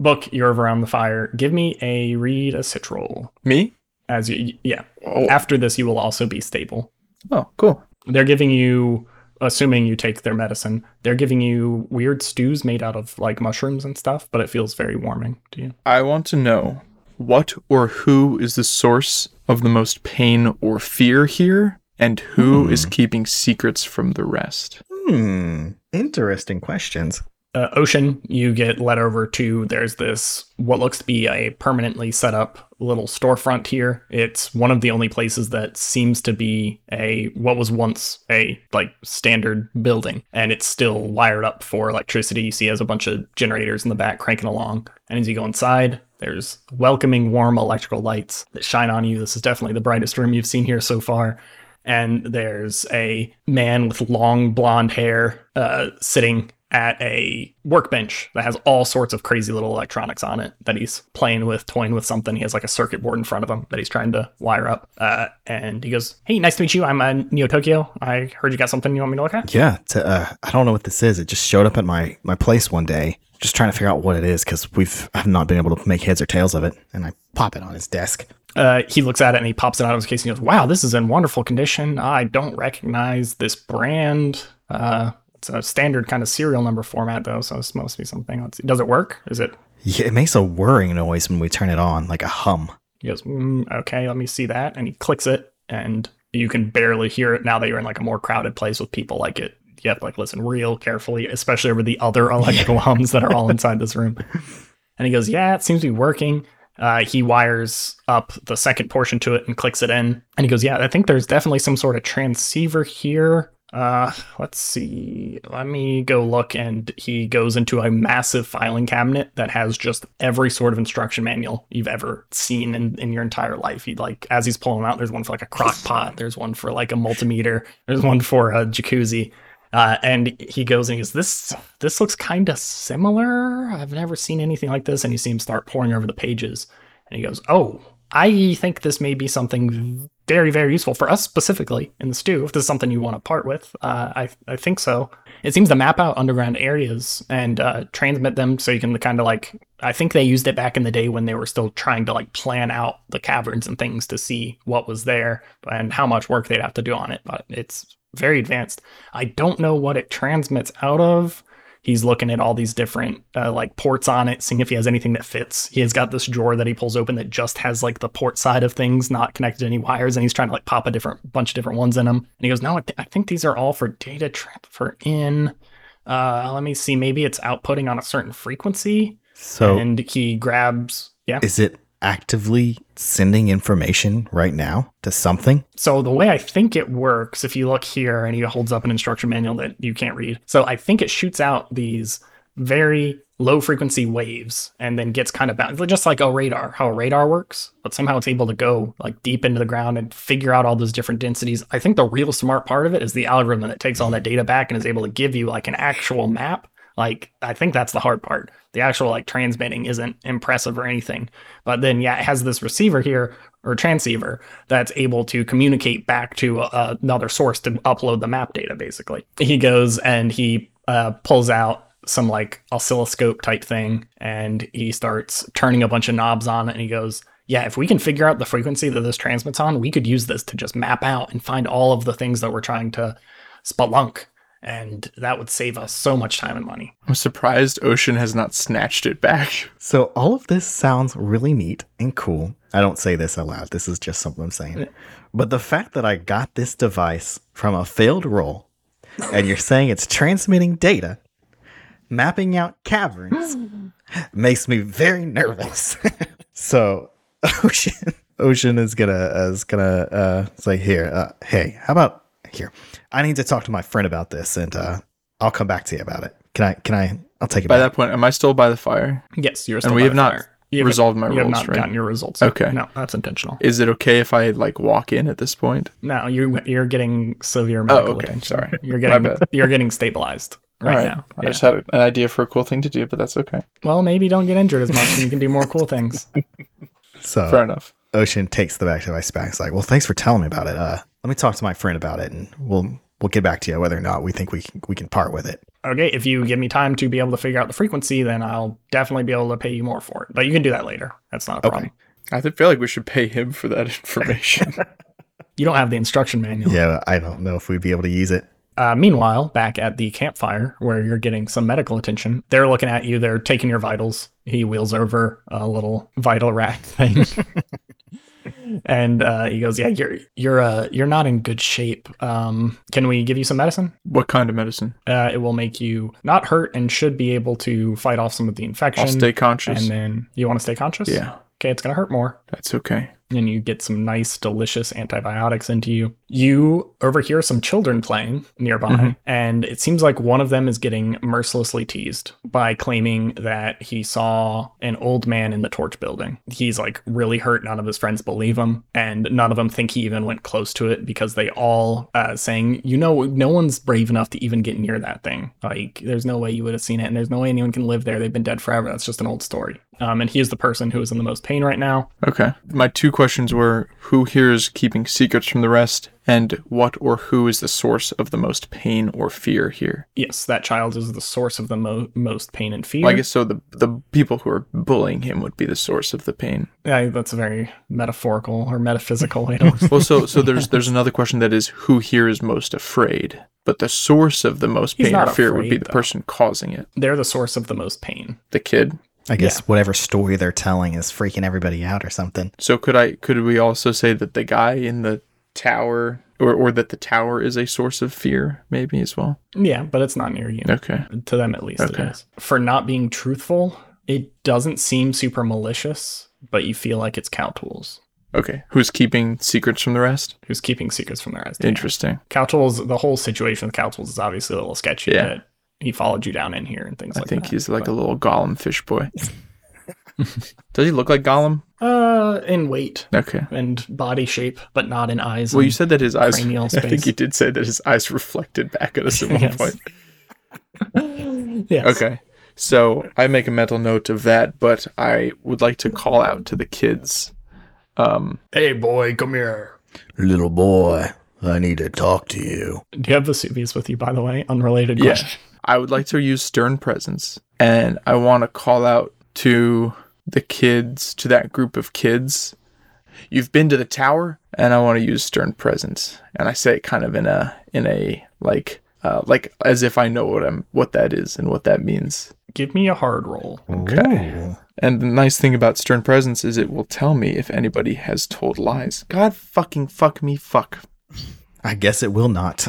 S1: Book, you're over around the fire. Give me a read a cit roll.
S2: Me?
S1: As you, yeah.
S2: Oh,
S1: After this, you will also be stable.
S2: oh cool.
S1: They're giving you, assuming you take their medicine, they're giving you weird stews made out of like mushrooms and stuff, but it feels very warming to you.
S2: I want to know what or who is the source of the most pain or fear here, and who is keeping secrets from the rest.
S3: hmm. Interesting questions.
S1: uh, ocean you get led over to there's this what looks to be a permanently set up little storefront here it's one of the only places that seems to be a what was once a like standard building and it's still wired up for electricity you see it has a bunch of generators in the back cranking along and as you go inside there's welcoming warm electrical lights that shine on you this is definitely the brightest room you've seen here so far and there's a man with long blonde hair uh, sitting at a workbench that has all sorts of crazy little electronics on it that he's playing with, toying with something. He has like a circuit board in front of him that he's trying to wire up. Uh, and he goes, "Hey, nice to meet you. I'm uh, Neo Tokyo. I heard you got something you want me to look at."
S3: Yeah, to, uh, I don't know what this is. It just showed up at my my place one day. Just trying to figure out what it is because we've I've not been able to make heads or tails of it. And I pop it on his desk.
S1: Uh, he looks at it and he pops it out of his case and he goes, "Wow, this is in wonderful condition. I don't recognize this brand. Uh, it's a standard kind of serial number format though, so this must be something. Let's see. Does it work? Is it
S3: Yeah, it makes a whirring noise when we turn it on, like a hum.
S1: He goes, mm, okay, let me see that. And he clicks it, and you can barely hear it now that you're in like a more crowded place with people like it. You have to like listen real carefully, especially over the other electrical hums that are all inside this room. And he goes, yeah, it seems to be working. Uh, he wires up the second portion to it and clicks it in. And he goes, yeah, I think there's definitely some sort of transceiver here. Uh, let's see. Let me go look. And he goes into a massive filing cabinet that has just every sort of instruction manual you've ever seen in, in your entire life. He like, as he's pulling them out, there's one for like a crock pot. There's one for like a multimeter. There's one for a jacuzzi. Uh, and he goes and he goes, this this looks kind of similar. I've never seen anything like this. And you see him start poring over the pages, and he goes, oh, I think this may be something very very useful for us specifically in the stew. If this is something you want to part with, uh, I I think so. It seems to map out underground areas and uh, transmit them so you can kind of like. I think they used it back in the day when they were still trying to like plan out the caverns and things to see what was there and how much work they'd have to do on it. But it's very advanced. I don't know what it transmits out of. He's looking at all these different uh, like ports on it, seeing if he has anything that fits. He has got this drawer that he pulls open that just has like the port side of things, not connected to any wires, and he's trying to like pop a different bunch of different ones in them. And he goes, "No, I, th- I think these are all for data transfer in." Uh, let me see. Maybe it's outputting on a certain frequency.
S3: So
S1: and he grabs. Yeah.
S3: is it actively sending information right now to something?
S1: So the way I think it works, if you look here and he holds up an instruction manual that you can't read. So I think it shoots out these very low frequency waves and then gets kind of bounced just like a radar, how a radar works, but somehow it's able to go like deep into the ground and figure out all those different densities. I think the real smart part of it is the algorithm that takes all that data back and is able to give you like an actual map. Like I think that's the hard part. The actual like transmitting isn't impressive or anything. But then yeah, it has this receiver here or transceiver that's able to communicate back to uh, another source to upload the map data basically he goes and he uh, pulls out some like oscilloscope type thing and he starts turning a bunch of knobs on it and he goes yeah if we can figure out the frequency that this transmits on we could use this to just map out and find all of the things that we're trying to spelunk and that would save us so much time and money
S2: I'm surprised Ocean has not snatched it back.
S3: So all of this sounds really neat and cool. I don't say this aloud. This is just something I'm saying. But the fact that I got this device from a failed roll and you're saying it's transmitting data, mapping out caverns makes me very nervous. so Ocean Ocean is going to uh, is going to uh say here, uh, hey, how about here? I need to talk to my friend about this and uh I'll come back to you about it. Can I can I I'll take it
S2: By
S3: back.
S2: that point, am I still by the fire?
S1: yes you're
S2: And
S1: still
S2: we
S1: by
S2: have
S1: the
S2: not
S1: fire. You haven't-
S2: resolved my
S1: you have
S2: roles,
S1: not
S2: right?
S1: gotten your results
S2: Okay.
S1: no that's intentional
S2: Is it okay if I like walk in at this point?
S1: No, you you're getting severe medical
S2: Oh, okay.
S1: attention.
S2: Sorry.
S1: You're
S2: My
S1: getting
S2: bad.
S1: you're getting stabilized right,
S2: All
S1: now.
S2: I
S1: Yeah.
S2: just had an idea for a cool thing to do, but that's okay.
S1: Well, maybe don't get injured as much, and you can do more cool things.
S3: so
S2: Fair enough.
S3: Ocean takes the back device back. It's like, well, thanks for telling me about it. Uh, let me talk to my friend about it, and we'll we'll get back to you whether or not we think we can, we can part with it.
S1: Okay, if you give me time to be able to figure out the frequency, then I'll definitely be able to pay you more for it. But you can do that later. That's not a problem.
S2: I th- feel like we should pay him for that information.
S1: You don't have the instruction manual.
S3: Yeah, but I don't know if we'd be able to use it.
S1: Uh, meanwhile, back at the campfire where you're getting some medical attention, they're looking at you. They're taking your vitals. He wheels over a little vital rack thing, and uh, he goes, "Yeah, you're you're uh, you're not in good shape. Um, can we give you some medicine?
S2: what kind of medicine?
S1: Uh, it will make you not hurt and should be able to fight off some of the infection.
S2: I'll stay conscious.
S1: and then you want to stay conscious.
S2: yeah,
S1: Okay, it's gonna hurt more
S2: that's okay.
S1: and you get some nice, delicious antibiotics into you. You overhear some children playing nearby,
S2: Mhm.
S1: and it seems like one of them is getting mercilessly teased by claiming that he saw an old man in the torch building. He's like really hurt. None of his friends believe him, and none of them think he even went close to it because they all uh, saying, you know, no one's brave enough to even get near that thing. Like, there's no way you would have seen it, and there's no way anyone can live there. They've been dead forever. That's just an old story. Um, and he is the person who is in the most pain right now.
S2: Okay. My two questions were who here is keeping secrets from the rest, and what or who is the source of the most pain or fear here?
S1: yes, that child is the source of the mo- most pain and fear.
S2: Well, I guess so. The, the people who are bullying him would be the source of the pain.
S1: Yeah, that's a very metaphorical or metaphysical way to look.
S2: Well, so so there's there's another question that is who here is most afraid, but the source of the most
S1: He's
S2: pain or
S1: not
S2: fear would be
S1: afraid,
S2: the
S1: though.
S2: person causing it,
S1: They're the source of the most pain.
S2: the kid.
S3: I guess whatever story they're telling is freaking everybody out or something.
S2: So could I could we also say that the guy in the tower or, or that the tower is a source of fear maybe as well?
S1: Yeah, but it's not near you.
S2: Okay.
S1: To them, at least,
S2: Okay.
S1: it is. For not being truthful, it doesn't seem super malicious, but you feel like it's cow tools
S2: Okay. Who's keeping secrets from the rest?
S1: who's keeping secrets from their eyes.
S2: Interesting.
S1: Cow tools, the whole situation with cow tools is obviously a little sketchy.
S2: Yeah.
S1: That he followed you down in here and things
S2: I
S1: like
S2: think
S1: that.
S2: he's like a little Gollum fish boy. Does he look like Gollum?
S1: uh, in weight
S2: Okay.
S1: and body shape, but not in eyes.
S2: Well,
S1: and-
S2: you said that his eyes.
S1: Cranial
S2: I think
S1: space.
S2: you did say that his eyes reflected back at us at one
S1: Yes.
S2: point.
S1: yes.
S2: Okay. So I make a mental note of that, but I would like to call out to the kids. Um,
S1: Hey, boy, come here.
S3: Little boy, I need to talk to you.
S1: Do you have Vesuvius with you, by the way? Unrelated
S2: Yeah.
S1: question.
S2: I would like to use stern presence and I want to call out to the kids, to that group of kids. You've been to the tower and I want to use stern presence. And I say it kind of in a in a like uh, like as if I know what I'm what that is and what that means.
S1: Give me a hard roll.
S3: Okay.
S2: And the nice thing about stern presence is it will tell me if anybody has told lies. God fucking fuck me fuck.
S3: I guess it will not.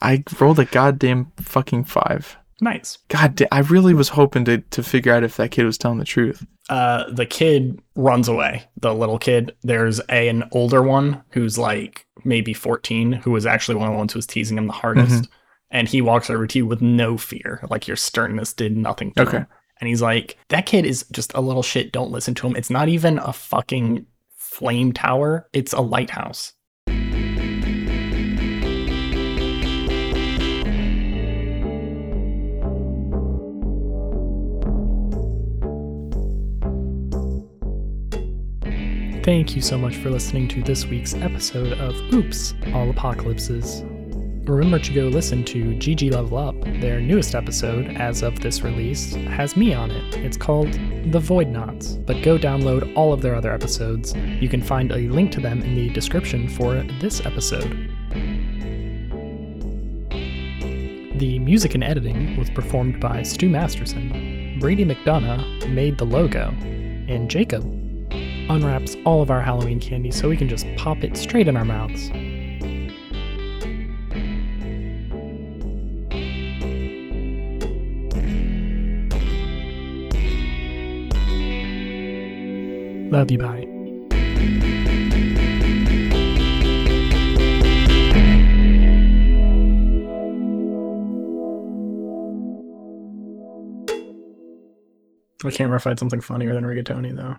S2: I rolled a goddamn fucking five.
S1: Nice.
S2: God damn, I really was hoping to, to figure out if that kid was telling the truth.
S1: Uh, the kid runs away. The little kid. There's a an older one who's like maybe 14, who was actually one of the ones who was teasing him the hardest, and he walks over to you with no fear. Like your sternness did nothing to
S2: Okay.
S1: him. And he's like, "That kid is just a little shit. Don't listen to him. It's not even a fucking flame tower. It's a lighthouse." Thank you so much for listening to this week's episode of Oops, All Apocalypses. Remember to go listen to GG Level Up. Their newest episode, as of this release, has me on it. It's called The Void Knots, but go download all of their other episodes. You can find a link to them in the description for this episode. The music and editing was performed by Stu Masterson. Brady McDonough made the logo, and Jacob unwraps all of our Halloween candy so we can just pop it straight in our mouths. Love you, bye. I can't remember if I had something funnier than rigatoni though.